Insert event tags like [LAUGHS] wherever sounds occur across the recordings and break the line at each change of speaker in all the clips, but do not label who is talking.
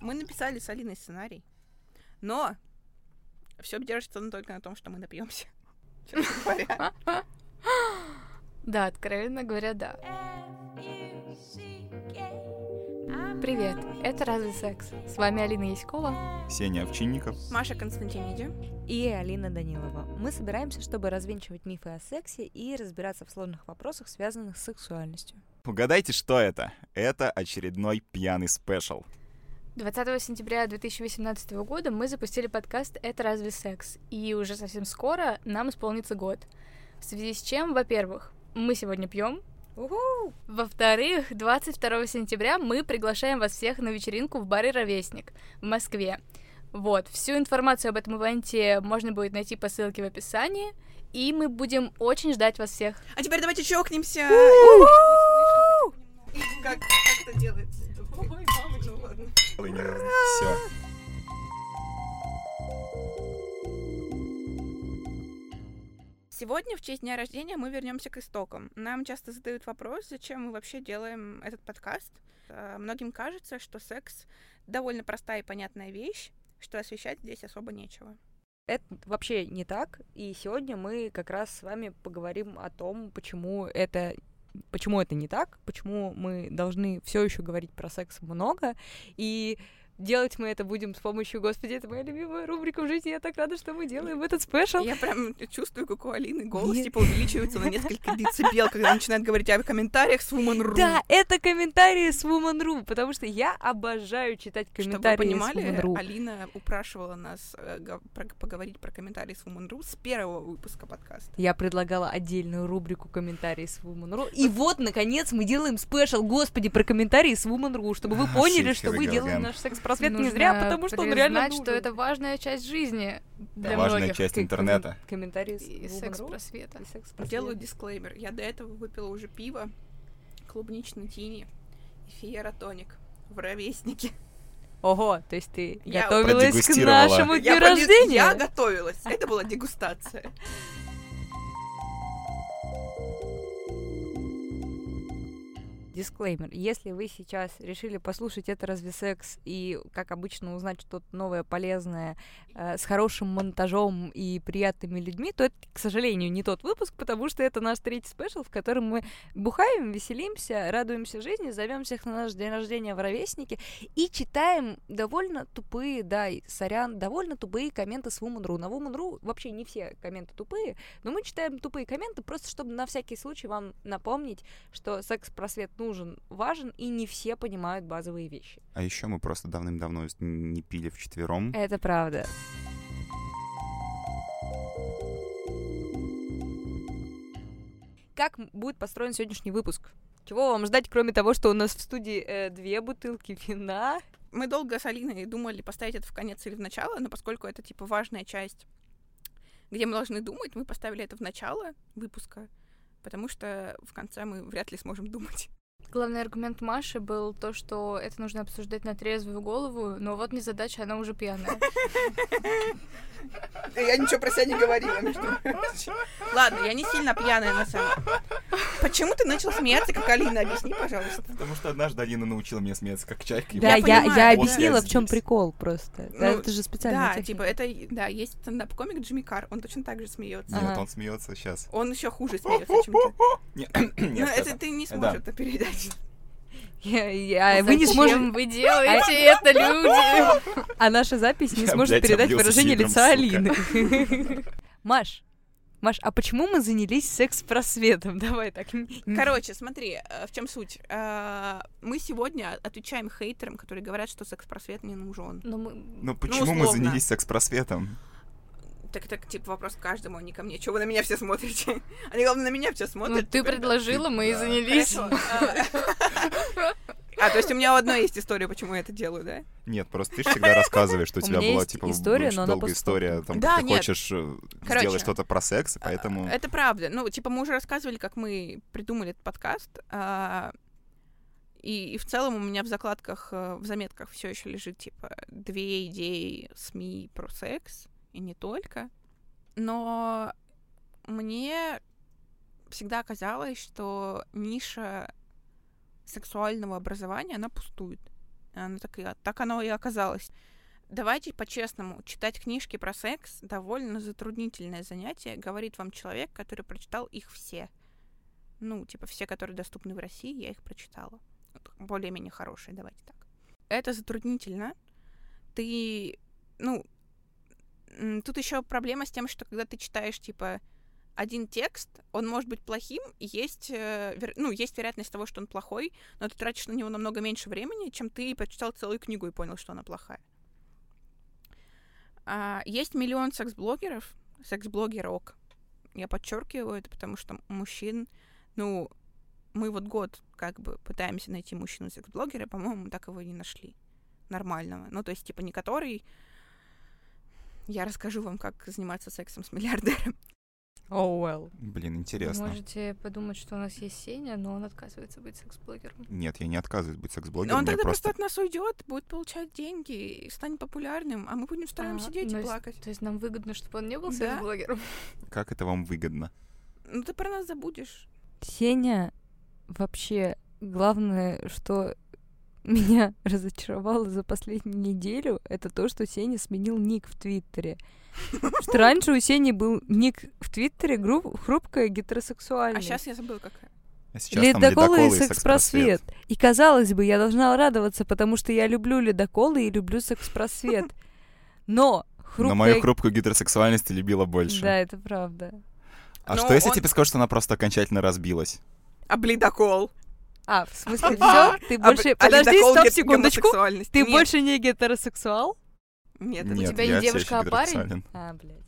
мы написали с Алиной сценарий, но все держится ну, только на том, что мы [LAUGHS] напьемся.
Да, откровенно говоря, да. Привет, это «Разве секс?» С вами Алина Яськова.
Сеня Овчинников.
Маша Константиниди.
И Алина Данилова. Мы собираемся, чтобы развенчивать мифы о сексе и разбираться в сложных вопросах, связанных с сексуальностью.
Угадайте, что это? Это очередной пьяный спешл.
20 сентября 2018 года мы запустили подкаст «Это разве секс?», и уже совсем скоро нам исполнится год. В связи с чем, во-первых, мы сегодня пьем,
Уху!
Во-вторых, 22 сентября мы приглашаем вас всех на вечеринку в баре «Ровесник» в Москве. Вот, всю информацию об этом ивенте можно будет найти по ссылке в описании, и мы будем очень ждать вас всех.
А теперь давайте чокнемся. И Как как это делается? Ой, мамочка, ладно.
Все.
Сегодня, в честь дня рождения, мы вернемся к истокам. Нам часто задают вопрос, зачем мы вообще делаем этот подкаст. Э, Многим кажется, что секс довольно простая и понятная вещь, что освещать здесь особо нечего.
Это вообще не так, и сегодня мы как раз с вами поговорим о том, почему это почему это не так, почему мы должны все еще говорить про секс много, и делать мы это будем с помощью, господи, это моя любимая рубрика в жизни, я так рада, что мы делаем этот спешл.
Я прям чувствую, как у Алины голос
Нет.
типа увеличивается на несколько децибел, когда начинает говорить о комментариях с Woman.ru.
Да, это комментарии с Woman.ru, потому что я обожаю читать
Чтобы
комментарии
вы понимали,
с Woman.ru.
Алина упрашивала нас э, го- про- поговорить про комментарии с Woman.ru с первого выпуска подкаста.
Я предлагала отдельную рубрику комментарии с Woman.ru. И вот, наконец, мы делаем спешл, господи, про комментарии с Woman.ru, чтобы вы
А,
Ah,
поняли,
shit,
что
here we
мы
go
делаем
again.
наш секс-просвет не зря,
Нужно
потому что он реально
признать, что
нужен.
это важная часть жизни для
Важная
многих.
часть
Ком-
интернета.
Комментарии с
И
Woman.ru.
секс-просвета.
И секс-просвет.
Делаю дисклеймер. Я до этого выпила уже пиво, клубничный тини и фиера тоник в ровеснике.
Ого, то есть ты
Я
готовилась к
Продегустировала.
нашему
Я
дню
поди- Я
рождения?
готовилась. Это была дегустация.
Дисклеймер. Если вы сейчас решили послушать это «Разве секс?» и, как обычно, узнать что-то новое, полезное, э, с хорошим монтажом и приятными людьми, то это, к сожалению, не тот выпуск, потому что это наш третий спешл, в котором мы бухаем, веселимся, радуемся жизни, зовем всех на наш день рождения в ровесники и читаем довольно тупые, да, и сорян, довольно тупые комменты с Woman.ru. На Woman.ru вообще не все комменты тупые, но мы читаем тупые комменты просто, чтобы на всякий случай вам напомнить, что секс-просвет нужен, важен, и не все понимают базовые вещи.
А еще мы просто давным-давно не пили вчетвером.
Это правда. Как м- будет построен сегодняшний выпуск? Чего вам ждать, кроме того, что у нас в студии э, две бутылки вина?
мы долго с Алиной думали, поставить это в конец или в начало, но поскольку это, типа, важная часть, где мы должны думать, мы поставили это в начало выпуска, потому что в конце мы вряд ли сможем думать.
Главный аргумент Маши был то, что это нужно обсуждать на трезвую голову, но вот незадача, она уже пьяная.
Я ничего про себя не говорила, между прочим. Ладно, я не сильно пьяная, на самом Почему ты начал смеяться, как Алина? Объясни, пожалуйста.
Потому что однажды Алина научила меня смеяться как чайка. и
Да,
Я
вот
я,
понимаю,
я
вот
объяснила,
я
в чем
здесь.
прикол просто.
Ну,
Да, это же специальная
Да,
техника.
типа, это, да, есть стендап-комик Джимми Карр, он точно так же смеется.
Нет,
Ага.
он смеется сейчас.
Он еще хуже смеется, чем ты.
Нет, [CLEARS THROAT]
Но
нет,
это
это-
ты не
да.
сможешь это передать.
Я- я- а вы не
Зачем
сможете,
вы делаете это, люди?
а наша запись не
Я,
сможет
блядь,
передать
облился
выражение
сидром,
лица
сука.
Алины. [LAUGHS] Маш, Маш, а почему мы занялись секс-просветом? Давай так. н- н-
Короче, смотри, э, в чем суть. Э, Мы сегодня отвечаем хейтерам, которые говорят, что секс-просвет не нужен.
Ну, мы-
Ну почему мы
условно.
занялись секс-просветом?
Так так, типа, вопрос к каждому, а не ко мне. Чего вы на меня все смотрите? [LAUGHS] Они, главное, на меня все
Ну,
смотрят. типа.
ты предложила, мы и
Да.
занялись.
Хорошо. [LAUGHS] А, то есть у меня у одной есть история, почему я это делаю, да?
Нет, просто ты ж всегда рассказываешь, что у
У
тебя
меня
была
есть
типа
история,
очень
но она
долгая
после
история, там
Да,
как ты
нет.
хочешь э,
Короче.
сделать что-то про секс, и поэтому
Это правда. Ну, типа, мы уже рассказывали, как мы придумали этот подкаст. а, И, и в целом у меня в закладках, э, в заметках все еще лежит, типа, две идеи СМИ про секс, и не только. Но мне всегда казалось, что ниша сексуального образования, она пустует. Она так, и- так оно и оказалось. Давайте по-честному, читать книжки про секс довольно затруднительное занятие, говорит вам человек, который прочитал их все. Ну, типа все, которые доступны в России, я их прочитала. Вот Более-менее хорошие, давайте так. Это затруднительно. Ты, ну, м, тут еще проблема с тем, что когда ты читаешь, типа, один текст, он может быть плохим, и есть, э, вер- ну, есть вероятность того, что он плохой, но ты тратишь на него намного меньше времени, чем ты прочитал целую книгу и понял, что она плохая. А, есть миллион секс-блогеров, секс-блогерок. Я подчеркиваю это, потому что мужчин, ну, мы вот год как бы пытаемся найти мужчину секс-блогера, по-моему, мы так его и не нашли нормального. Ну, то есть, типа, не который... Я расскажу вам, как заниматься сексом с миллиардером.
О, well.
Блин, интересно.
Можете подумать, что у нас есть Сеня, но он отказывается быть секс-блогером.
Нет, я не отказываюсь быть секс-блогером,
Ну, Он
я
тогда просто
просто...
от нас уйдет, будет получать деньги и станет популярным, а мы будем втроем
А,
сидеть
ну,
и
с-
плакать.
То есть нам выгодно, чтобы он не был
Да.
секс-блогером. [LAUGHS]
Как это вам выгодно?
Ну ты про нас забудешь.
Сеня вообще главное, что меня [LAUGHS] разочаровало за последнюю неделю, это то, что Сеня сменил ник в Твиттере. Потому Что раньше у Сени был ник в Твиттере гру- хрупкая гетеросексуальная.
А сейчас я забыла, какая.
А сейчас там
Ледоколы и
ледоколы
секс-просвет. И казалось бы, я должна радоваться, потому что я люблю ледоколы и люблю
[LAUGHS]
секс-просвет. Но хрупкая...
Но мою хрупкую гетеросексуальность ты любила больше.
Да, это правда.
А
Но
что если
он-
тебе скажут, что она просто окончательно разбилась?
А блидокол.
[LAUGHS] А, в смысле, все? Ты больше... Подожди, стоп, секундочку. Ты больше не гетеросексуал?
Нет, это типа,
Нет,
не-
тебя не
я всё
девушка,
ещё
а парень?
гетеросексуален.
А, блядь.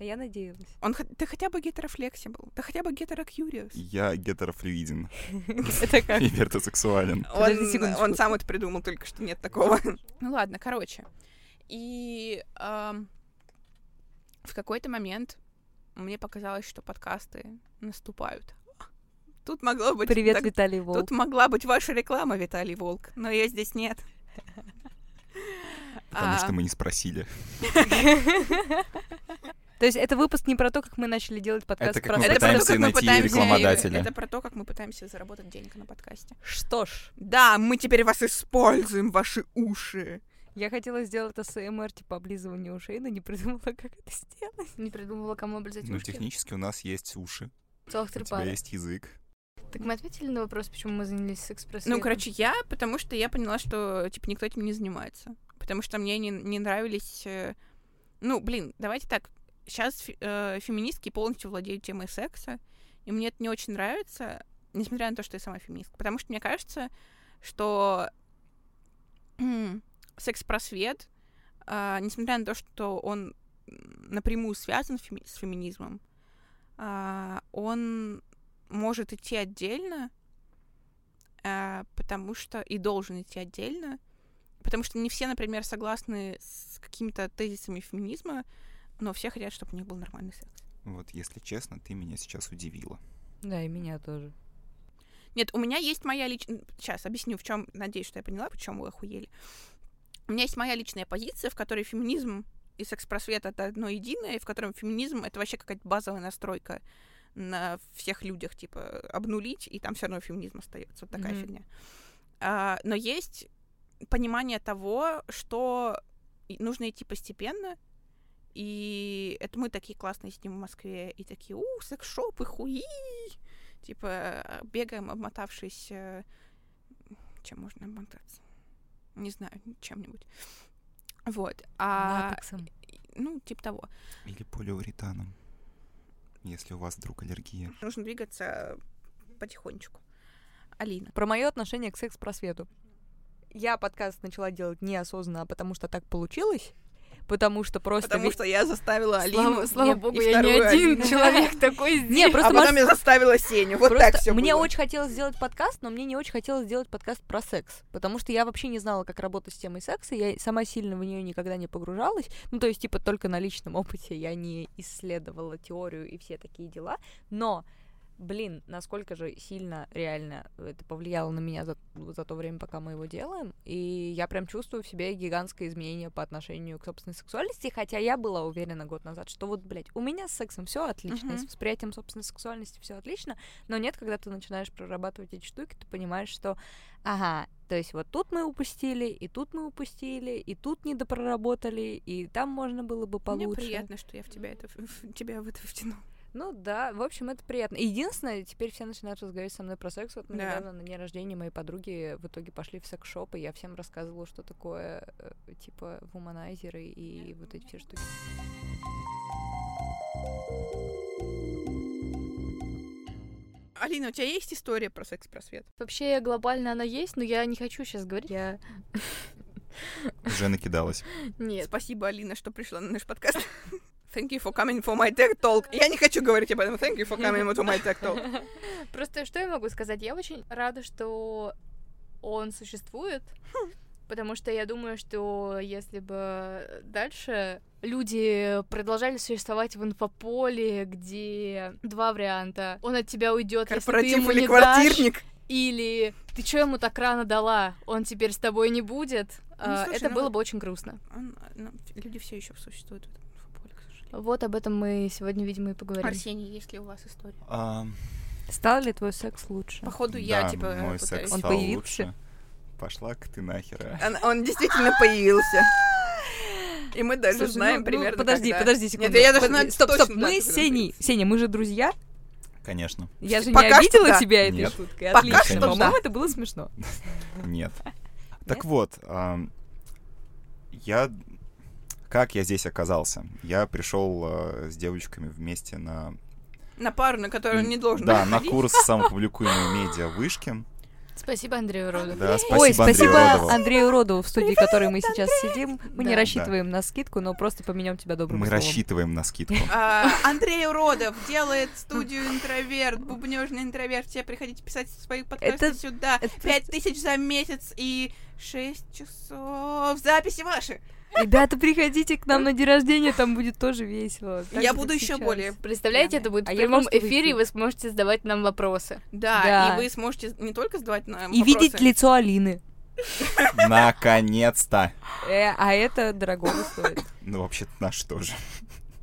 А я надеялась.
Он, хо- ты хотя бы гетерофлекси был, ты хотя бы гетерокьюриус.
Я гетерофлюиден
Это как?
и вертосексуален.
Подожди
Он,
секундочку.
он сам это придумал, только что нет такого. [LAUGHS] Ну ладно, короче. И ам, в какой-то момент мне показалось, что подкасты наступают. Тут могло быть...
[LAUGHS] Привет,
так-
Виталий Волк.
Тут могла быть ваша реклама, Виталий Волк, но ее здесь нет.
Потому
А,
что мы не спросили.
То есть это выпуск не про то, как мы начали делать подкаст
Это как
про
мы
секс.
это про то,
пытаемся
как мы пытаемся-
найти рекламодателя.
Это про то, как мы пытаемся заработать денег на подкасте.
Что ж,
Да, мы теперь вас используем, ваши уши.
я хотела сделать АСМР типа облизывание ушей, но не придумала, [LAUGHS] как это сделать.
Не придумала, кому облизать
Ну,
ушки.
технически у нас есть уши,
Целых
у
три
тебя
пары.
есть язык.
Так мы ответили на вопрос, почему мы занялись секс-просветом?
Ну, короче, я, потому что я поняла, что, типа, никто этим не занимается. Потому что мне не, не нравились... э, Ну, блин, давайте так. Сейчас феминистки полностью владеют темой секса, и мне это не очень нравится, несмотря на то, что я сама феминистка. Потому что мне кажется, что м, секс-просвет, а, несмотря на то, что он м, напрямую связан феми- с феминизмом, а, он может идти отдельно, а, потому что и должен идти отдельно, потому что не все, например, согласны с какими-то тезисами феминизма, но все хотят, чтобы у них был нормальный секс.
Вот, если честно, ты меня сейчас удивила.
Да, и меня тоже.
Нет, у меня есть моя личная... Сейчас объясню, в чем... Надеюсь, что я поняла, почему вы охуели. У меня есть моя личная позиция, в которой феминизм и секс-просвет — это одно единое, и в котором феминизм — это вообще какая-то базовая настройка на всех людях, типа, обнулить, и там все равно феминизм остается. Вот такая
Мгм.
фигня. А, но есть понимание того, что и- нужно идти постепенно, и это мы такие классные сидим в Москве, и такие, у, секс-шопы, хуи, типа, бегаем, обмотавшись, э, чем можно обмотаться? Не знаю, чем-нибудь. Вот. А,
Латексом.
ну, типа того.
Или полиуретаном, если у вас вдруг аллергия.
Нужно двигаться потихонечку. Алина.
Про мое отношение к секс-просвету. Я подкаст начала делать неосознанно, а потому что так получилось. Потому что просто...
Потому
весь-
что я заставила Алину.
Слава, слава
нет,
богу,
и
я не
вторую
один [LAUGHS]
Алину.
человек такой здесь.
Не,
А
просто
потом
Маш,
я заставила Сеню. Вот
просто
так все
мне очень хотелось сделать подкаст, но мне не очень хотелось делать подкаст про секс, потому что я вообще не знала, как работать с темой секса, я сама сильно в нее никогда не погружалась, ну то есть типа только на личном опыте я не исследовала теорию и все такие дела, но блин, насколько же сильно реально это повлияло на меня за, за то время, пока мы его делаем. И я прям чувствую в себе гигантское изменение по отношению к собственной сексуальности, хотя я была уверена год назад, что вот, блядь, у меня с сексом все отлично, и с
Мгм.
восприятием собственной сексуальности все отлично, но нет, когда ты начинаешь прорабатывать эти штуки, ты понимаешь, что, ага, то есть вот тут мы упустили, и тут мы упустили, и тут недопроработали, и там можно было бы получше.
Мне приятно, что я в тебя это в- в тебя в это втянула.
Ну да, в общем, это приятно. Единственное, теперь все начинают разговаривать со мной про секс. Вот мы
Да.
недавно на дне рождения моей подруги в итоге пошли в секс-шоп, и я всем рассказывала, что такое, э, типа, вуманайзеры и вот эти все штуки.
Алина, у тебя есть история про секс-просвет?
Вообще глобально она есть, но я не хочу сейчас говорить. Я...
Уже накидалась.
Нет.
Спасибо, Алина, что пришла на наш
[LAUGHS]
подкаст. Thank you for coming for my tech talk. Я не хочу говорить об этом. Thank you for coming to my tech
[LAUGHS]
talk.
Просто что я могу сказать? Я очень рада, что он существует, потому что я думаю, что если бы дальше люди продолжали существовать в инфополе, где два варианта. Он от тебя уйдет, если ты
Корпоратив
ему
или
не дашь,
квартирник?
или ты чё ему так рано дала, он теперь с тобой не будет. А,
слушай,
Это
ну-
было бы очень грустно.
Он- ну, люди все еще существуют в этом инфополе, к сожалению.
Вот об этом мы сегодня, видимо, и поговорим.
Арсений, есть ли у вас история?
А,
Стал ли твой секс лучше?
Походу, я
да,
типа
мой
пытаюсь.
секс
Он
стал
появился?
лучше. Пошла к ты
[LAUGHS]
а? нахера.
Он, он действительно появился. И мы даже
Слушай, ну,
знаем
ну,
примерно,
подожди,
когда.
подожди секунду.
Нет, я даже
Под-
знаю
Стоп, стоп,
точно
мы
дату,
с
когда
Сеней. Сеня, мы же друзья.
Конечно.
Я же
Пока
не
что
обидела
да.
тебя этой
Нет.
шуткой.
Пока
Отлично.
что
По-моему,
да.
это было смешно. [LAUGHS]
Нет. Так вот, ам, я... Как я здесь оказался? Я пришел э, с девочками вместе на...
На пару, на которую он не должен
Да,
был
на
ходить.
курс самопубликуемой медиа вышки.
Спасибо Андрею Роду.
Да, спасибо,
Ой, спасибо
Андрею Родову.
Андрею Родову, в студии которой мы сейчас сидим. Мы не
Да.
рассчитываем на скидку, но просто поменяем тебя добрым
Мы
словом.
рассчитываем
[LAUGHS]
на скидку.
А, Андрей Уродов делает студию интроверт, бубнежный интроверт. Все приходите писать свои подкасты
Это-
сюда.
это-
Пять тысяч за месяц и шесть часов. Записи ваши.
Ребята, приходите к нам на день рождения, там будет тоже весело. Так
Я
же,
буду
как
еще
сейчас.
более.
Представляете, это будет в
А я
прямом
просто
эфире, и
улетела.
вы сможете задавать нам вопросы.
Да,
Да.
и вы сможете не только задавать нам
И
вопросы.
видеть лицо Алины.
Наконец-то!
Э, а это дорогого стоит.
Ну, вообще-то наш тоже.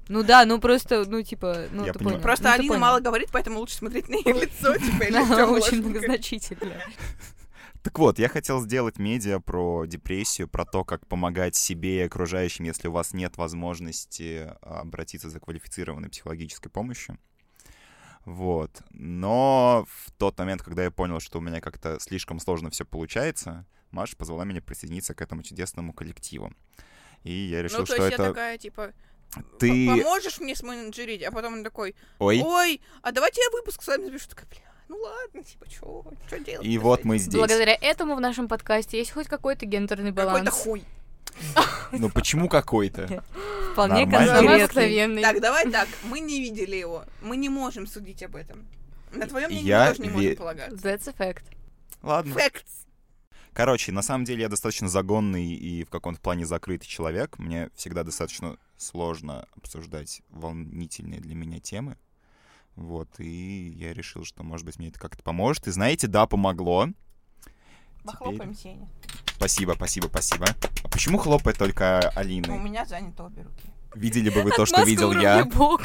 Ну да, ну просто, ну типа, ну
Я
ты
понимаю.
понял.
Просто
Ну, ты
Алина
понял.
мало говорит, поэтому лучше смотреть [LAUGHS] на ее лицо, типа, или
[LAUGHS] Она
всё
очень
ложно.
многозначительно.
Так вот, я хотел сделать медиа про депрессию, про то, как помогать себе и окружающим, если у вас нет возможности а, обратиться за квалифицированной психологической помощью. Вот. Но в тот момент, когда я понял, что у меня как-то слишком сложно все получается, Маша позвала меня присоединиться к этому чудесному коллективу. И я решил,
Ну, то
что
есть я
это
такая, типа,
ты...
поможешь мне сменеджерить? А потом он такой,
Ой.
ой, а давайте я выпуск с вами запишу. Такая, бля, ну ладно, типа, что делать?
И вот мы здесь.
Благодаря этому в нашем подкасте есть хоть какой-то гендерный
Какой-то
баланс.
хуй.
Ну почему
[LAUGHS]
какой-то?
Вполне
Нормально.
Баланс
конкретный.
откровенный.
Так, давай так, мы не видели его, мы не можем судить об этом. На твоем мнении
Я
мы тоже не можем
ве-
полагаться.
That's a fact.
Ладно.
Facts.
Короче, на самом деле я достаточно загонный и в каком-то плане закрытый человек. Мне всегда достаточно сложно обсуждать волнительные для меня темы. Вот, и я решил, что, может быть, мне это как-то поможет. И знаете, да, помогло.
Похлопаем Сеня.
Спасибо, спасибо, спасибо. А почему хлопает только
Ну, У
Алины?
меня заняты обе руки.
Видели бы вы то, что
Маска
видел
уровня
я?
бок.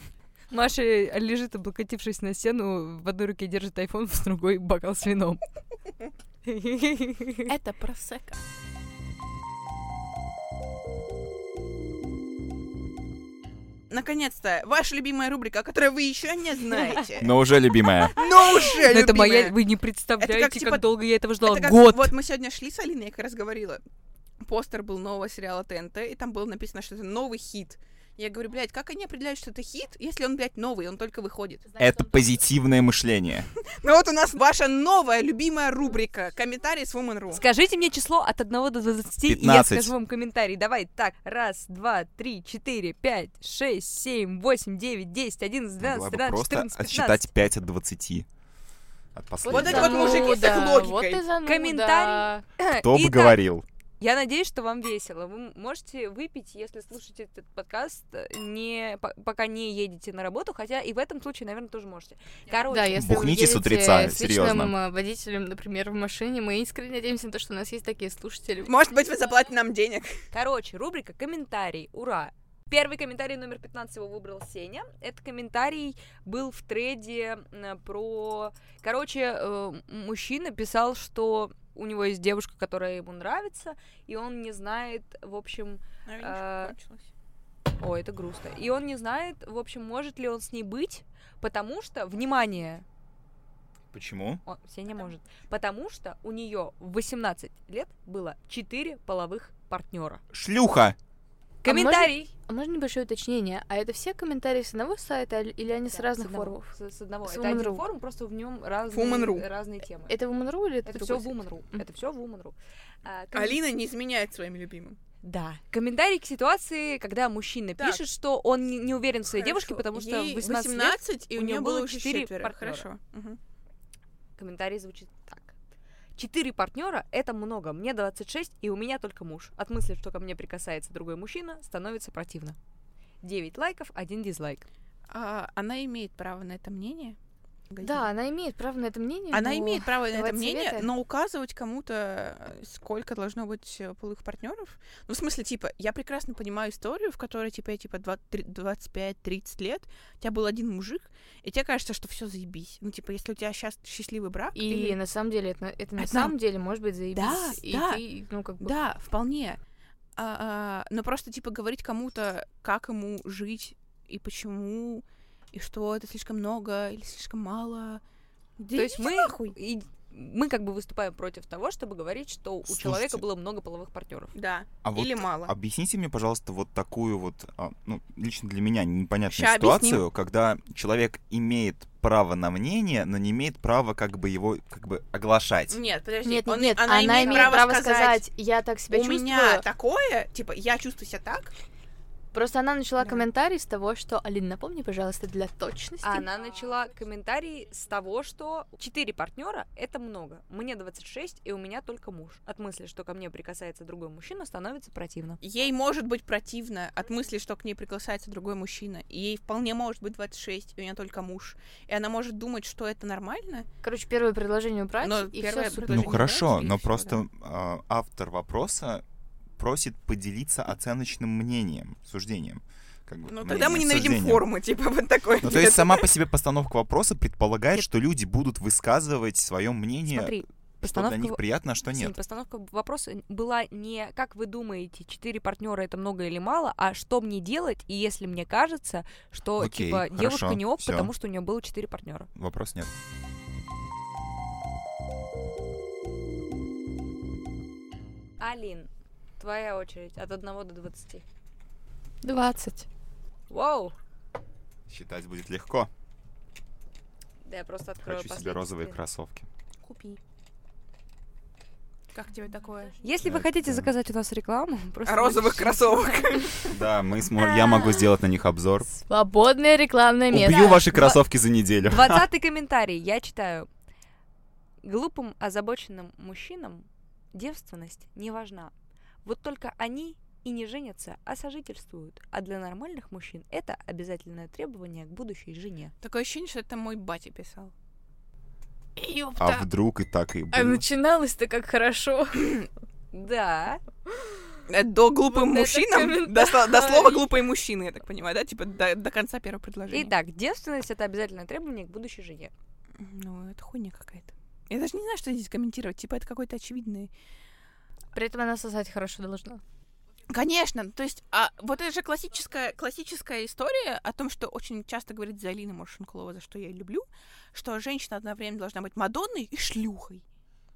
[LAUGHS] Маша лежит, облокотившись на стену, в одной руке держит айфон, в другой бокал с вином.
Это про сека.
Наконец-то, ваша любимая рубрика, о которой вы еще [LAUGHS] не знаете.
Но уже
[LAUGHS]
любимая.
Но уже
Но это
любимая.
моя... Вы не представляете,
Это
как,
как, типа,
долго я этого ждала.
Это как-
Год!
Вот мы сегодня шли с Алиной, я как раз говорила. Постер был нового сериала ТНТ, и там было написано, что это новый хит. Я говорю, блядь, как они определяют, что это хит, если он, блядь, новый, он только выходит?
Это позитивное мышление.
Ну вот у нас ваша новая любимая рубрика «Комментарий с Woman.ru».
Скажите мне число от 1 до 20, и я
15.
скажу вам комментарий. Давай, так, раз, два, три, четыре, пять, шесть, семь, восемь, девять, десять, одиннадцать, двенадцать,
Могла бы
тринадцать,
просто
четырнадцать, пятнадцать.
отсчитать 5 от 20. От
Вот эти
последнего.
вот мужики с их
Зануда,
логикой.
Вот ну и ну зануда.
Комментарий.
Кто бы
Итак,
говорил?
Я надеюсь, что вам весело. Вы м- можете выпить, если слушаете этот подкаст, э, не, по- пока не едете на работу, хотя и в этом случае, наверное, тоже можете. Короче,
Да, если вы
Бухните с
едете
утреца,
с личным,
серьёзно.
э, водителем, например, в машине, мы искренне надеемся на то, что у нас есть такие слушатели.
Может быть, вы заплатите нам денег.
Короче, рубрика «Комментарий». Ура! Первый комментарий номер 15 его выбрал Сеня. Этот комментарий был в треде м, про... Короче, э, мужчина писал, что у него есть девушка, которая ему нравится, и он не знает, в общем...
Ну, видишь,
А.
кончилось.
О, это грустно. И он не знает, в общем, может ли он с ней быть, потому что, внимание,
Почему?
он, Сеня может, потому что у нее в 18 лет было 4 половых партнера.
Шлюха!
Комментарий!
А можно небольшое уточнение? А это все комментарии с одного сайта или- или они с
Да,
разных
одного,
форумов?
С, с одного.
С
это один
Woman.ru.
форум, просто в нем
Woman.ru.
разные, разные темы.
Это Woman.ru или это,
Это все
другой
Woman.ru.
Мгм.
Это все Woman.ru. А, коммен-
Алина не изменяет своим любимым.
Да. Комментарий к ситуации, когда мужчина
Так.
пишет, что он не, не уверен в своей
Хорошо.
девушке, потому что
Ей
в 18 лет...
и у
у
нее
неё
было
было
уже
четыре
четверо.
партнёра.
Хорошо. Мгм.
Комментарий звучит так. Четыре партнера — это много. Мне 26, и у меня только муж. От мысли, что ко мне прикасается другой мужчина, становится противно. 9 лайков, один дизлайк.
А, она имеет право на это мнение.
сайт? Да, она имеет право на это мнение.
Она
но-
имеет право на это
давать
мнение,
советы.
но указывать кому-то, э, сколько должно быть э, половых партнеров. Ну, в смысле, типа, я прекрасно понимаю историю, в которой тебе, типа, 25-30 лет, у тебя был один мужик, и тебе кажется, что все заебись. Ну, типа, если у тебя сейчас счастливый брак...
И
ты-
на самом деле, это, это на
Это-
самом деле может быть заебись.
Да,
и
да.
ты, ну, как бы...
Да, вполне. А, а, но просто, типа, говорить кому-то, как ему жить и почему, и что это слишком много или слишком мало. Да
То есть
идите
мы,
нахуй.
и- мы как бы выступаем против того, чтобы говорить, что у человека
Слушайте.
было много половых партнеров.
Да.
А вот
Или мало.
Объясните мне, пожалуйста, вот такую вот, а, ну, лично для меня непонятную
Ща объясним.
ситуацию, когда человек имеет право на мнение, но не имеет права как бы его как бы оглашать.
Нет, подожди.
Нет,
он-
нет, нет, она, имеет право, сказать, я так
у
себя чувствую.
меня такое, типа, я чувствую себя так.
Просто она начала
Да.
комментарий с того, что, Алина, напомни, пожалуйста, для точности.
Она начала комментарий с того, что четыре партнера — это много. Мне 26, и у меня только муж. От мысли, что ко мне прикасается другой мужчина, становится противно.
Ей может быть противно от мысли, что к ней прикасается другой мужчина. И ей вполне может быть 26, и у нее только муж. И она может думать, что это нормально.
Короче, первое предложение убрать,
Но
и
первое
все супер.
предложение
Ну хорошо,
нравится, и
но
всё,
просто а, автор вопроса просит поделиться оценочным мнением, суждением. Как бы,
Ну,
мнением,
тогда мы ненавидим
суждением.
форму, типа, [LAUGHS] вот такой.
Ну, то есть сама по себе постановка вопроса предполагает, что люди будут высказывать свое мнение,
Смотри,
что для
постановка...
них
в-
приятно, а что
Сень,
нет.
постановка вопроса была не как вы думаете, четыре партнера это много или мало, а что мне делать, и если мне кажется, что
Окей,
типа девушка
хорошо,
не ок,
всё.
потому что у нее было четыре партнера.
Вопрос нет.
Алин, твоя очередь от 1 до 20.
20.
Вау!
Считать будет легко.
Да я просто открою
Хочу себе розовые кроссовки.
Купи. Как тебе такое?
Если вы
Это-
хотите заказать у нас рекламу, [LAUGHS] просто
Розовых
напишите.
кроссовок.
Да, мы смо- я могу сделать на них обзор.
Свободное рекламное место.
Убью ваши кроссовки за неделю.
Двадцатый комментарий, я читаю. Глупым, озабоченным мужчинам девственность не важна. Вот только они и не женятся, а сожительствуют. А для нормальных мужчин это обязательное требование к будущей жене.
Такое ощущение, что это мой батя писал.
А
Ёпта.
вдруг и так и
А
было?
начиналось-то как хорошо.
Да.
Э, До глупым
Вот это
мужчинам, до, сло- до слова глупые мужчины, я так понимаю, да? Типа до, до конца первого предложения.
Итак, девственность это обязательное требование к будущей жене.
Ну, это хуйня какая-то. Я даже не знаю, что здесь комментировать. Типа, это какой-то очевидный.
При этом она сосать хорошо должна.
Конечно, то есть, а вот это же классическая, классическая история о том, что очень часто говорит Залина Моршенкулова, за что я ее люблю, что женщина одновременно должна быть Мадонной и шлюхой.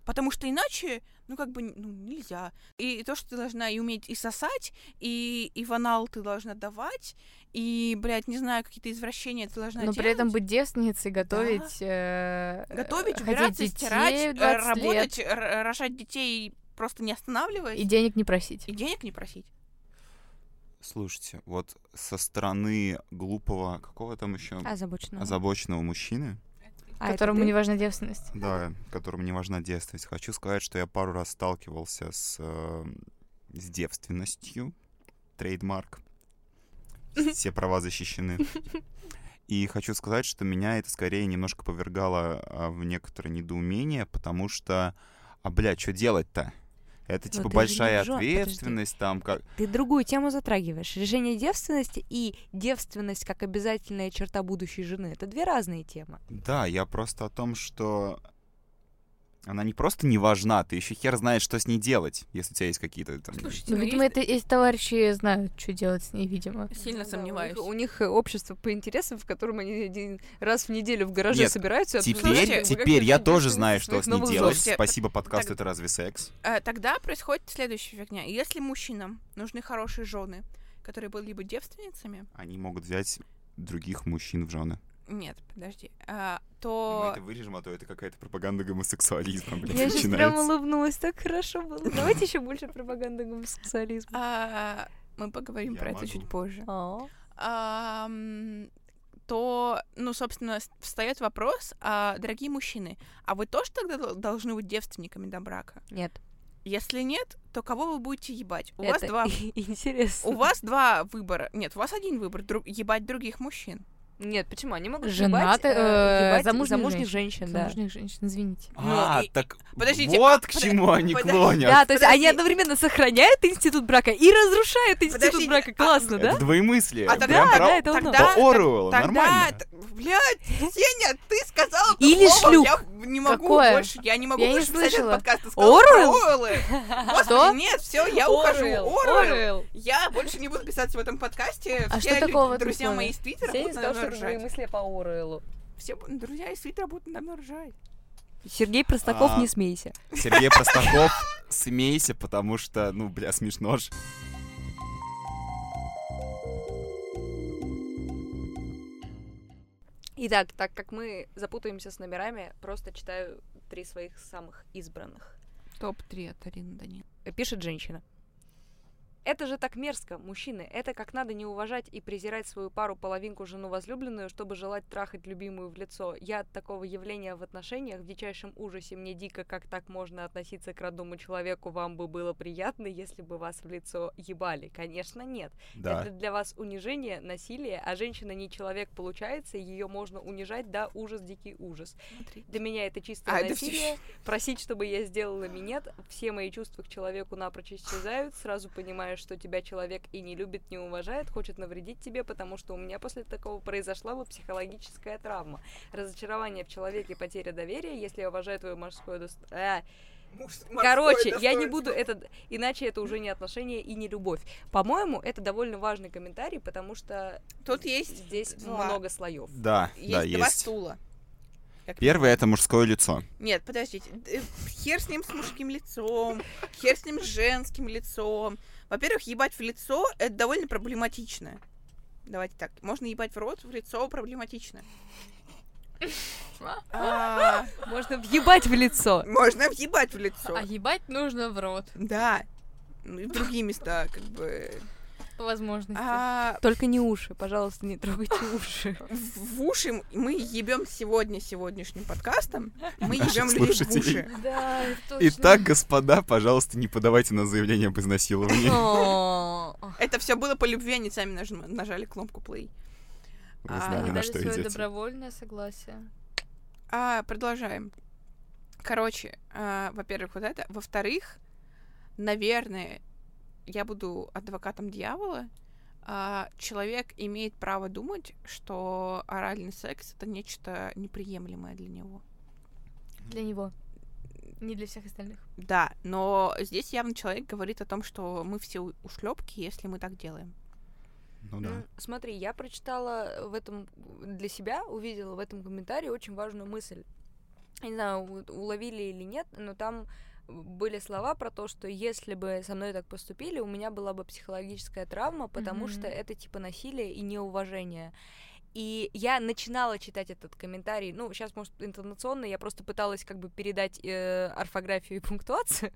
Потому что иначе, ну, как бы, ну, нельзя. И то, что ты должна и уметь и сосать, и, и в анал ты должна давать, и, блядь, не знаю, какие-то извращения ты должна
Но
делать.
при этом быть девственницей, готовить... э,
Готовить,
э,
убираться,
ходить детей в
стирать, э,
20 лет
работать, р- э, рожать детей, просто не останавливаясь.
И денег не просить.
и денег не просить.
Слушайте, вот со стороны глупого, какого там еще
Озабоченного.
озабоченного мужчины,
А это
которому
ты?
не важна девственность.
да, которому не важна девственность, хочу сказать, что я пару раз сталкивался с э, с девственностью, трейдмарк. Все права защищены. И хочу сказать, что меня это скорее немножко повергало а, в некоторое недоумение, потому что, а, бля, что делать-то? Это, типа,
Ну, ты же не
большая
жжёт, подожди.
ответственность, там, как...
Ты другую тему затрагиваешь. Решение девственности и девственность как обязательная черта будущей жены. Это две разные темы.
Да, я просто о том, что она не просто не важна, ты еще хер знаешь, что с ней делать, если у тебя есть какие-то там...
Слушайте,
Ну,
ну,
видимо,
есть-
это эти товарищи знают, что делать с ней, видимо.
Сильно
Ну да, у них-
сомневаюсь.
У них э, общество по интересам, в котором они один раз в неделю в гараже
Нет,
собираются. а и
Теперь,
обсуждают,
Слушайте,
как
теперь я
решить
тоже
девственность
знаю,
своих
что с ней
новых жен.
делать.
Слушайте,
Спасибо, подкаст
так-
«Это разве секс?»
Э, Тогда происходит следующая фигня. Если мужчинам нужны хорошие жены, которые были бы девственницами,
Они могут взять других мужчин в жены.
нет, подожди, а,
Мы
то
это вырежем, а то это какая-то пропаганда гомосексуализма, блядь,
Я сейчас прям
начинается.
улыбнулась, так хорошо было. Давайте еще больше пропаганды гомосексуализма.
а, мы поговорим
Я
про
могу.
это чуть позже.
А.
ам, то, ну, собственно, с- встает вопрос, а, дорогие мужчины, а вы тоже тогда дол- должны быть девственниками до брака?
Нет,
Если нет, то кого вы будете ебать? У вас
это
два,
[LAUGHS] интересно.
у вас два выбора. Нет, у вас один выбор, дру- ебать других мужчин.
Нет, почему? Они могут
Женат-
ебать, э,
э,
ебать
замужних
замужних женщин, да.
Замужних женщин, извините.
А,
Ну, и-
так
подождите,
вот
а,
к
подо-
чему они
подо-
клонят.
Да, то есть
Подожди.
они одновременно сохраняют институт брака и разрушают институт
Подожди,
брака.
а-
Классно, да?
Это двоемыслие.
А
Э, Прям
да,
про-
да, это он.
тогда-
по Оруэллу,
Тогда,
нормально.
т- блядь, Ксения, ты сказала
Или
слово, я не могу
Какое?
больше, я не могу
Я не
больше писать этот
слышала.
подкаст. Ты сказала про
Оруэлл?
Оруэллы.
Что?
Господи, нет, все, я ухожу. Оруэлл. Я больше не буду писать в этом подкасте.
А
Все
что
лю-
такого
друзья
такого?
мои из Твиттера будут надо мной ржать.
мысли по Оруэллу.
Все бу- друзья из Твиттера будут надо мной ржать.
Сергей Простаков,
А.
не смейся.
Сергей Простаков, смейся, потому что, ну, бля, смешно ж.
Итак, так как мы запутаемся с номерами, просто читаю три своих самых избранных.
Топ-3 от Арины Данин.
Пишет женщина. Это же так мерзко, мужчины. Это как надо не уважать и презирать свою пару, половинку, жену, возлюбленную, чтобы желать трахать любимую в лицо. Я от такого явления в отношениях в дичайшем ужасе. Мне дико, как так можно относиться к родному человеку. Вам бы было приятно, если бы вас в лицо ебали. Конечно, нет.
Да.
Это для вас унижение, насилие, а женщина не человек получается, ее можно унижать, да, ужас, дикий ужас. Для меня это чистое
А, это
насилие. Просить, чтобы я сделала минет, все мои чувства к человеку напрочь исчезают, сразу понимаешь, что тебя человек и не любит, не уважает, хочет навредить тебе, потому что у меня после такого произошла бы психологическая травма. Разочарование в человеке, потеря доверия, если я уважаю твою морскую достоинство. э, Короче, я не буду это... Иначе это уже не отношения и не любовь. По-моему, это довольно важный комментарий, потому что
Тут есть,
здесь
два.
много слоев.
Да,
есть
да,
два
есть.
стула. Как
Первое — это мужское лицо.
Нет, подождите. Э, Хер с ним с мужским лицом, хер с ним с женским лицом. Во-первых, ебать в лицо — это довольно проблематично. Давайте так. Можно ебать в рот, в лицо проблематично. А,
Можно въебать в лицо.
Можно въебать в лицо.
А ебать нужно в рот,
Да. Ну и в другие места, как бы.
по возможности.
А,
Только не уши, пожалуйста, не трогайте уши.
в в уши мы ебем сегодня сегодняшним подкастом. Мы
Наших
ебем людей в
слушателей.
уши.
Да, точно.
Итак,
ну.
господа, пожалуйста, не подавайте на заявление об изнасиловании. [LAUGHS]
Это все было по любви, они сами нажм- нажали кнопку play.
Вы
А,
знали,
Они
на
дали
что
свое
идете.
добровольное согласие.
А, продолжаем. Короче, а, во-первых, вот это. Во-вторых, наверное, я буду адвокатом дьявола. А, человек имеет право думать, что оральный секс это нечто неприемлемое для него.
Для него. Не для всех остальных.
Да, но здесь явно человек говорит о том, что мы все ушлепки, если мы так делаем.
Ну да.
Ну, Смотри, я прочитала э, в этом для себя, увидела в этом комментарии очень важную мысль. Я не знаю, у- уловили или нет, но там были слова про то, что если бы со мной так поступили, у меня была бы психологическая травма, потому
Мгм.
что это типа насилие и неуважение. И я начинала читать этот комментарий. Ну, сейчас, может, интонационно, я просто пыталась как бы передать э, орфографию и пунктуацию.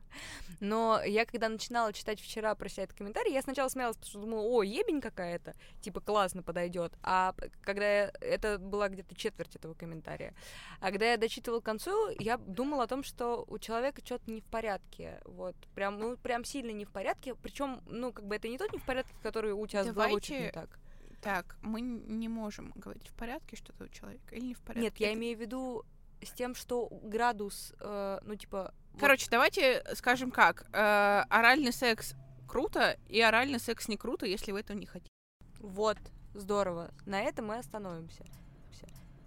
Но я, когда начинала читать вчера про себя этот комментарий, я сначала смеялась, потому что думала, о, ебень какая-то, типа, классно подойдет. А п- когда я- это была где-то четверть этого комментария. А когда я дочитывала к концу, я думала о том, что у человека что-то не в порядке. Вот, прям, ну, прям сильно не в порядке. Причем, ну, как бы это не тот не в порядке, который у тебя с головой чуть не
Давайте
так.
Так, мы не можем говорить, в порядке что-то у человека или не в порядке.
Нет, я
Это-
имею в виду с тем, что градус, э, ну, типа... вот-
Короче, давайте скажем как. э, оральный секс круто, и оральный секс не круто, если вы этого не хотите.
Вот, здорово. На этом мы остановимся.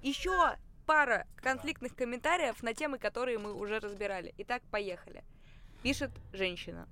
Еще пара конфликтных комментариев на темы, которые мы уже разбирали. Итак, поехали. Пишет женщина.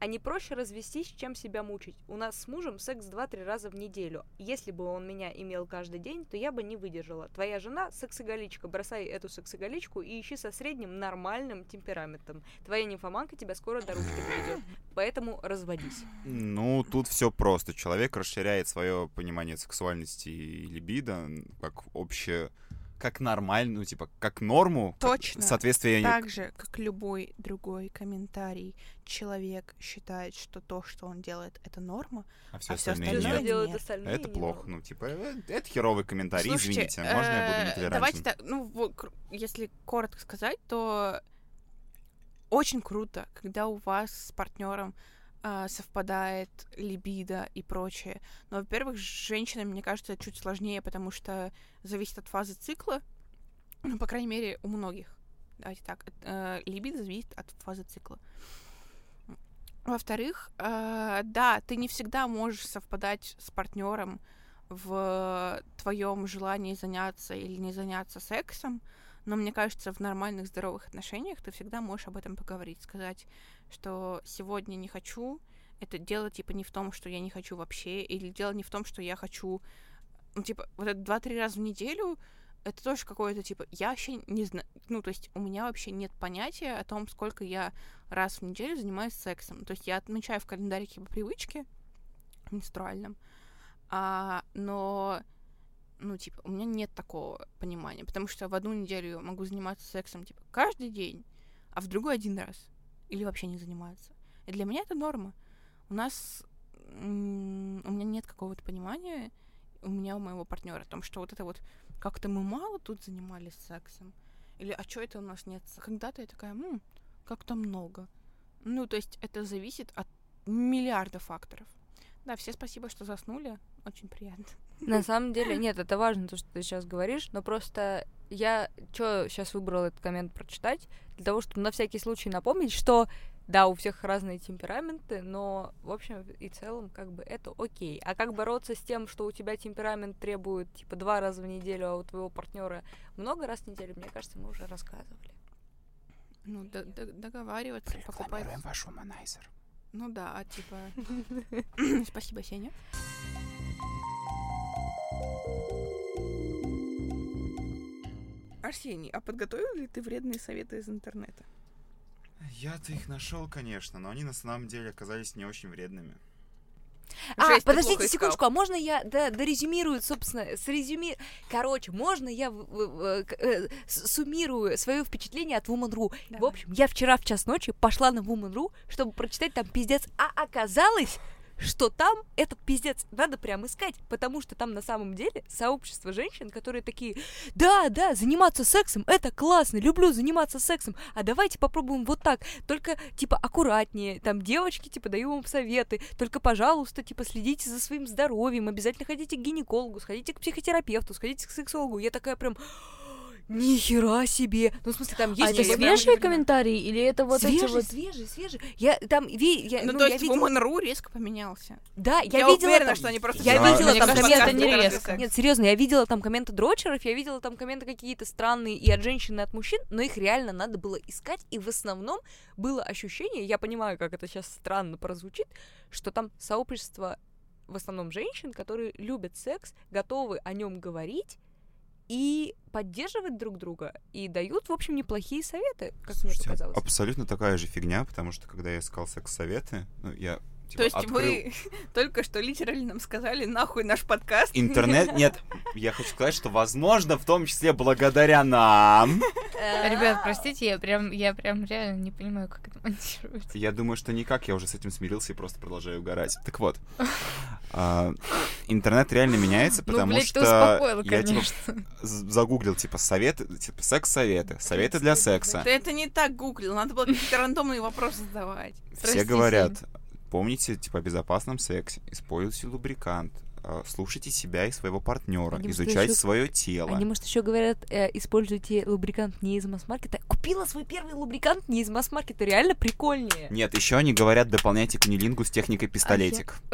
А не проще развестись, чем себя мучить. У нас с мужем секс 2-3 раза в неделю. Если бы он меня имел каждый день, то я бы не выдержала. Твоя жена сексоголичка. Бросай эту сексоголичку и ищи со средним нормальным темпераментом. Твоя нимфоманка тебя скоро до ручки доведет. Поэтому разводись.
Ну, тут все просто. Человек расширяет свое понимание сексуальности и либидо н- как общее, как нормально, ну, типа, как норму.
Точно.
Соответствие
Так же, как любой другой комментарий, человек считает, что то, что он делает, это норма.
а все
а всё остальное
остальное нет.
Что
нет.
делают остальные?
Это
не
плохо.
знаю.
Ну, типа, э, это херовый комментарий,
Слушайте,
извините. Можно я буду
э,
нетолерантен?
Давайте так, ну, во- кр- если коротко сказать, то очень круто, когда у вас с партнером а, совпадает либидо и прочее. Но, во-первых, с женщинами, мне кажется, чуть сложнее, потому что зависит от фазы цикла, ну, по крайней мере, у многих. Давайте так, от- э, либидо зависит от фазы цикла. Во-вторых, э, да, ты не всегда можешь совпадать с партнером в твоем желании заняться или не заняться сексом, но мне кажется, в нормальных здоровых отношениях ты всегда можешь об этом поговорить, сказать, что сегодня не хочу, это дело типа не в том, что я не хочу вообще, или дело не в том, что я хочу, ну типа вот это два-три раза в неделю, это тоже какое-то типа я вообще не знаю, ну то есть у меня вообще нет понятия о том, сколько я раз в неделю занимаюсь сексом, то есть я отмечаю в типа, календарике по привычке менструальном, а, но, ну, типа, у меня нет такого понимания, потому что в одну неделю я могу заниматься сексом, типа, каждый день, а в другой один раз. Или вообще не заниматься. И для меня это норма. У нас... м, У меня нет какого-то понимания у меня, у моего партнера, о том, что вот это вот как-то мы мало тут занимались сексом. Или а что это у нас нет? секса?» Когда-то я такая, «М, как-то много. Ну, то есть это зависит от миллиарда факторов. Да, все спасибо, что заснули. Очень приятно.
На самом деле, нет, это важно, то, что ты сейчас говоришь, но просто я что сейчас выбрала этот коммент прочитать, для того, чтобы на всякий случай напомнить, что да, у всех разные темпераменты, но в общем и целом как бы это окей. А как бороться с тем, что у тебя темперамент требует типа два раза в неделю, а у твоего партнера много раз в неделю, мне кажется, мы уже рассказывали.
Ну, до- до- договариваться, покупать.
ваш уманайзер.
Ну да, типа.
[LAUGHS]
Спасибо, Сеня. Арсений, а подготовил ли ты вредные советы из интернета?
Я-то их нашел, конечно, но они на самом деле оказались не очень вредными.
А,
Жесть, ты плохо
подождите
искал.
секундочку, а можно я да, дорезюмирую, собственно, срезюми... Короче, можно я в- в- в- к- э, с- суммирую свое впечатление от Woman.ru? В
Давай.
общем, я вчера в час ночи пошла на Woman.ru, чтобы прочитать там пиздец, а оказалось, что там этот пиздец надо прям искать, потому что там на самом деле сообщество женщин, которые такие, да, да, заниматься сексом, это классно, люблю заниматься сексом, а давайте попробуем вот так, только, типа, аккуратнее, там, девочки, типа, даю вам советы, только, пожалуйста, типа, следите за своим здоровьем, обязательно ходите к гинекологу, сходите к психотерапевту, сходите к сексологу, я такая прям, нихера себе, ну, в смысле, там есть...
А
я
это
какие-то-
прям не
свежие
понимаю.
комментарии или это вот
свежий,
эти вот...
свежий, свежий. Я там ви, я,
Ну,
ну,
то
я
есть
видела-
Woman.ru резко поменялся.
Да, я, видела
уверена,
там-
что они просто...
я
Да.
видела
Мне
там
кажется,
комменты.
это не
Нет,
резко.
Нет, серьезно, я видела там комменты дрочеров, я видела там комменты какие-то странные и от женщин, и от мужчин, но их реально надо было искать, и в основном было ощущение, я понимаю, как это сейчас странно прозвучит, что там сообщество в основном женщин, которые любят секс, готовы о нем говорить и поддерживать друг друга, и дают, в общем, неплохие советы, как мне
Слушайте, а
показалось.
абсолютно такая же фигня, потому что когда я искал секс-советы, ну, я Типа,
То есть
открыл
вы [LAUGHS] только что литерально нам сказали, нахуй наш подкаст.
[LAUGHS]
Интернет, нет, я хочу сказать, что, возможно, в том числе благодаря нам.
Э,
Ребят, простите, я прям, я прям реально не понимаю, как это монтировать.
Я думаю, что никак, я уже с этим смирился и просто продолжаю угорать. Так вот, а, интернет реально меняется,
ну,
потому
блядь, ты
что
успокоил,
я типа
конечно.
[LAUGHS] з- загуглил, типа, советы, типа, секс-советы, советы для секса.
Ты это не так гуглил, надо было какие-то рандомные вопросы задавать.
Все
простите.
говорят, помните, типа, о безопасном сексе, используйте лубрикант, а, слушайте себя и своего партнера,
Они, может,
изучайте
ещё-
свое тело.
Они, может, еще говорят, э, используйте лубрикант не из масс-маркета. Купила свой первый лубрикант не из масс-маркета, реально прикольнее.
Нет, еще они говорят, дополняйте кунилингу с техникой пистолетик. [LAUGHS]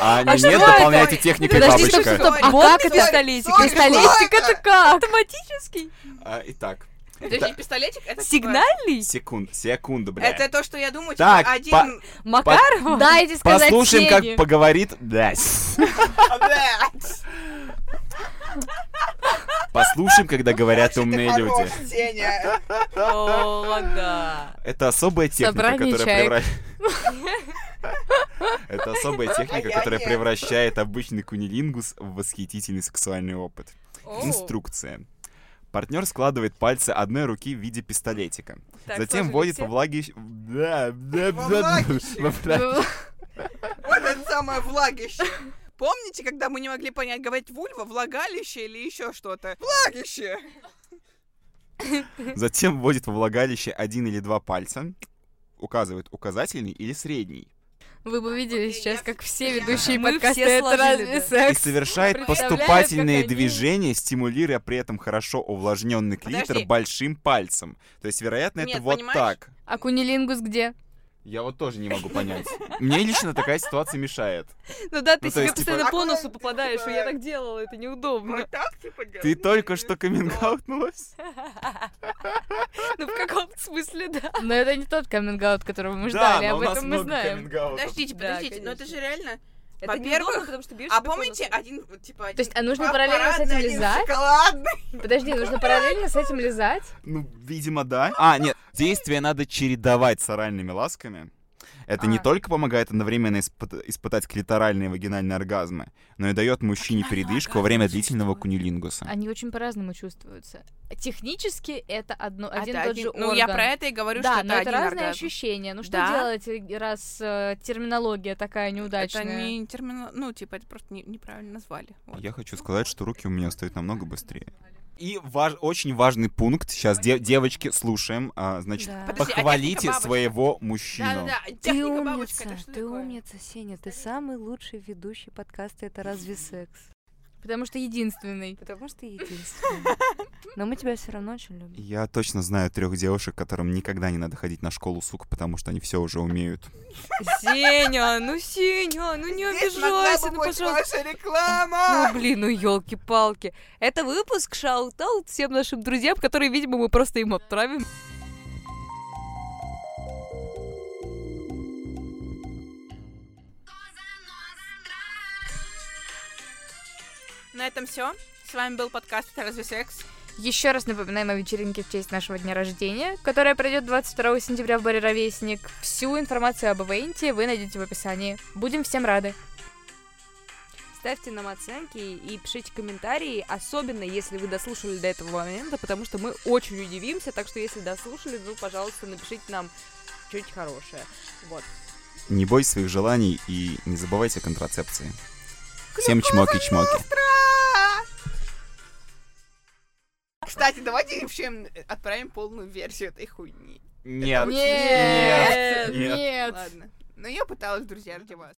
А они
что
нет,
это?
дополняйте техникой
Подожди, стоп,
бабочка.
стоп, стоп,
Сори,
а как
сори,
это пистолетик?
сори,
Пистолетик
сори.
это как? Автоматический?
А, Итак,
Подожди, пистолетик это типа-
Сигнальный?
секунд, секунду, блядь.
Это то, что я думаю, типа,
Так,
один...
Макарова?
Дайте сказать
Послушаем, как
Сене.
поговорит... Да.
Блядь,
Послушаем, когда говорят умные
ты
люди.
хорош, Сеня.
О, да.
Это особая техника,
Собрание
которая
чаек.
превращает...
[LAUGHS]
Это особая техника,
я
которая
нет.
превращает обычный кунилингус в восхитительный сексуальный опыт.
Оу.
Инструкция. Партнер складывает пальцы одной руки в виде пистолетика.
Так,
Затем
сложили
вводит
все?
во влаги... Да, да,
Во
да,
влагище.
во влаги-
Вот это самое влагище. Помните, когда мы не могли понять, говорить вульва, влагалище или еще что-то? Влагище!
Ну.
Затем вводит во влагалище один или два пальца, указывает указательный или средний,
Вы бы видели сейчас, как все ведущие
Мы
подкасты
все
это
сложили,
разве
да.
и
секс? Представляю,
совершает
как
поступательные
они-
движения, стимулируя при этом хорошо увлажненный клитор
Подожди.
большим пальцем. То есть, вероятно, это
Нет,
вот
понимаешь?
так.
А кунилингус где?
Я вот тоже не могу понять. Мне лично такая ситуация мешает.
Ну да, ты
Ну, то
себе
есть, типа-
постоянно по
Аккуратно,
носу попадаешь, и я
да.
так делала, это
Мы
неудобно.
так типа делаем.
Ты только что камингаутнулась?
Ну, в каком-то смысле, да.
Но это не тот каминг-аут, которого мы
Да,
ждали,
но
об
у нас
этом мы
много
знаем.
камингаутов.
Подождите,
Да,
подождите, но это
конечно.
же реально...
Это
Во-первых,
неудобно, потому что бьешь
А
себе по
помните,
носу.
один, вот, типа, один...
То есть, а нужно
пар-
параллельно с
парадный,
этим
один
лизать?
шоколадный.
Подожди, нужно параллельно с этим лизать?
Ну, видимо, да. А, нет, действия надо чередовать с оральными ласками. Это не
А.
только помогает одновременно испыт- испытать клиторальные и вагинальные оргазмы, но и дает мужчине передвижку во время длительного кунилингуса.
Они очень по-разному чувствуются. Технически это одно, один
Это
тот
один-
же
Ну, я
орган.
про это и говорю,
да,
что
но
это
это
один
разные
оргазм.
ощущения. Ну что
Да.
делать, раз э, терминология такая неудачная?
Это не термин... Ну, типа, это просто не- неправильно назвали. Вот.
Я хочу сказать, что руки у меня встают намного быстрее. И важ- очень важный пункт. Сейчас де- девочки слушаем. а, значит,
Да.
Подожди, а
похвалите
техника бабочка?
своего мужчину.
Да-да-да,
Ты
«А техника бабочка,
умница,
это что
ты
такое?
умница, Сеня, ты самый лучший ведущий подкаста «Это разве секс?»
Потому что единственный.
Потому что ты единственный. Но мы тебя все равно очень любим.
Я точно знаю трех девушек, которым никогда не надо ходить на школу, сука, потому что они все уже умеют.
Сеня, ну Сеня, ну не
Здесь могла
обижайся,
бы
ну
быть
пожалуйста.
ваша реклама!
Ну блин, ну елки-палки. Это выпуск шаут-аут всем нашим друзьям, которые, видимо, мы просто им отправим.
На этом все. С вами был подкаст «Это разве секс?»
Еще раз напоминаем о вечеринке в честь нашего дня рождения, которая пройдет 22 сентября в баре «Ровесник». Всю информацию об ивенте вы найдете в описании. Будем всем рады.
Ставьте нам оценки и пишите комментарии, особенно если вы дослушали до этого момента, потому что мы очень удивимся, так что если дослушали, ну, пожалуйста, напишите нам что-нибудь хорошее. Вот.
Не бойтесь своих желаний и не забывайте о контрацепции. Всем чмоки-чмоки.
Остро! Кстати, давайте вообще отправим полную версию этой хуйни.
Нет.
Нет.
Нет.
Нет.
Нет.
Ладно. Но я пыталась, друзья, ради вас.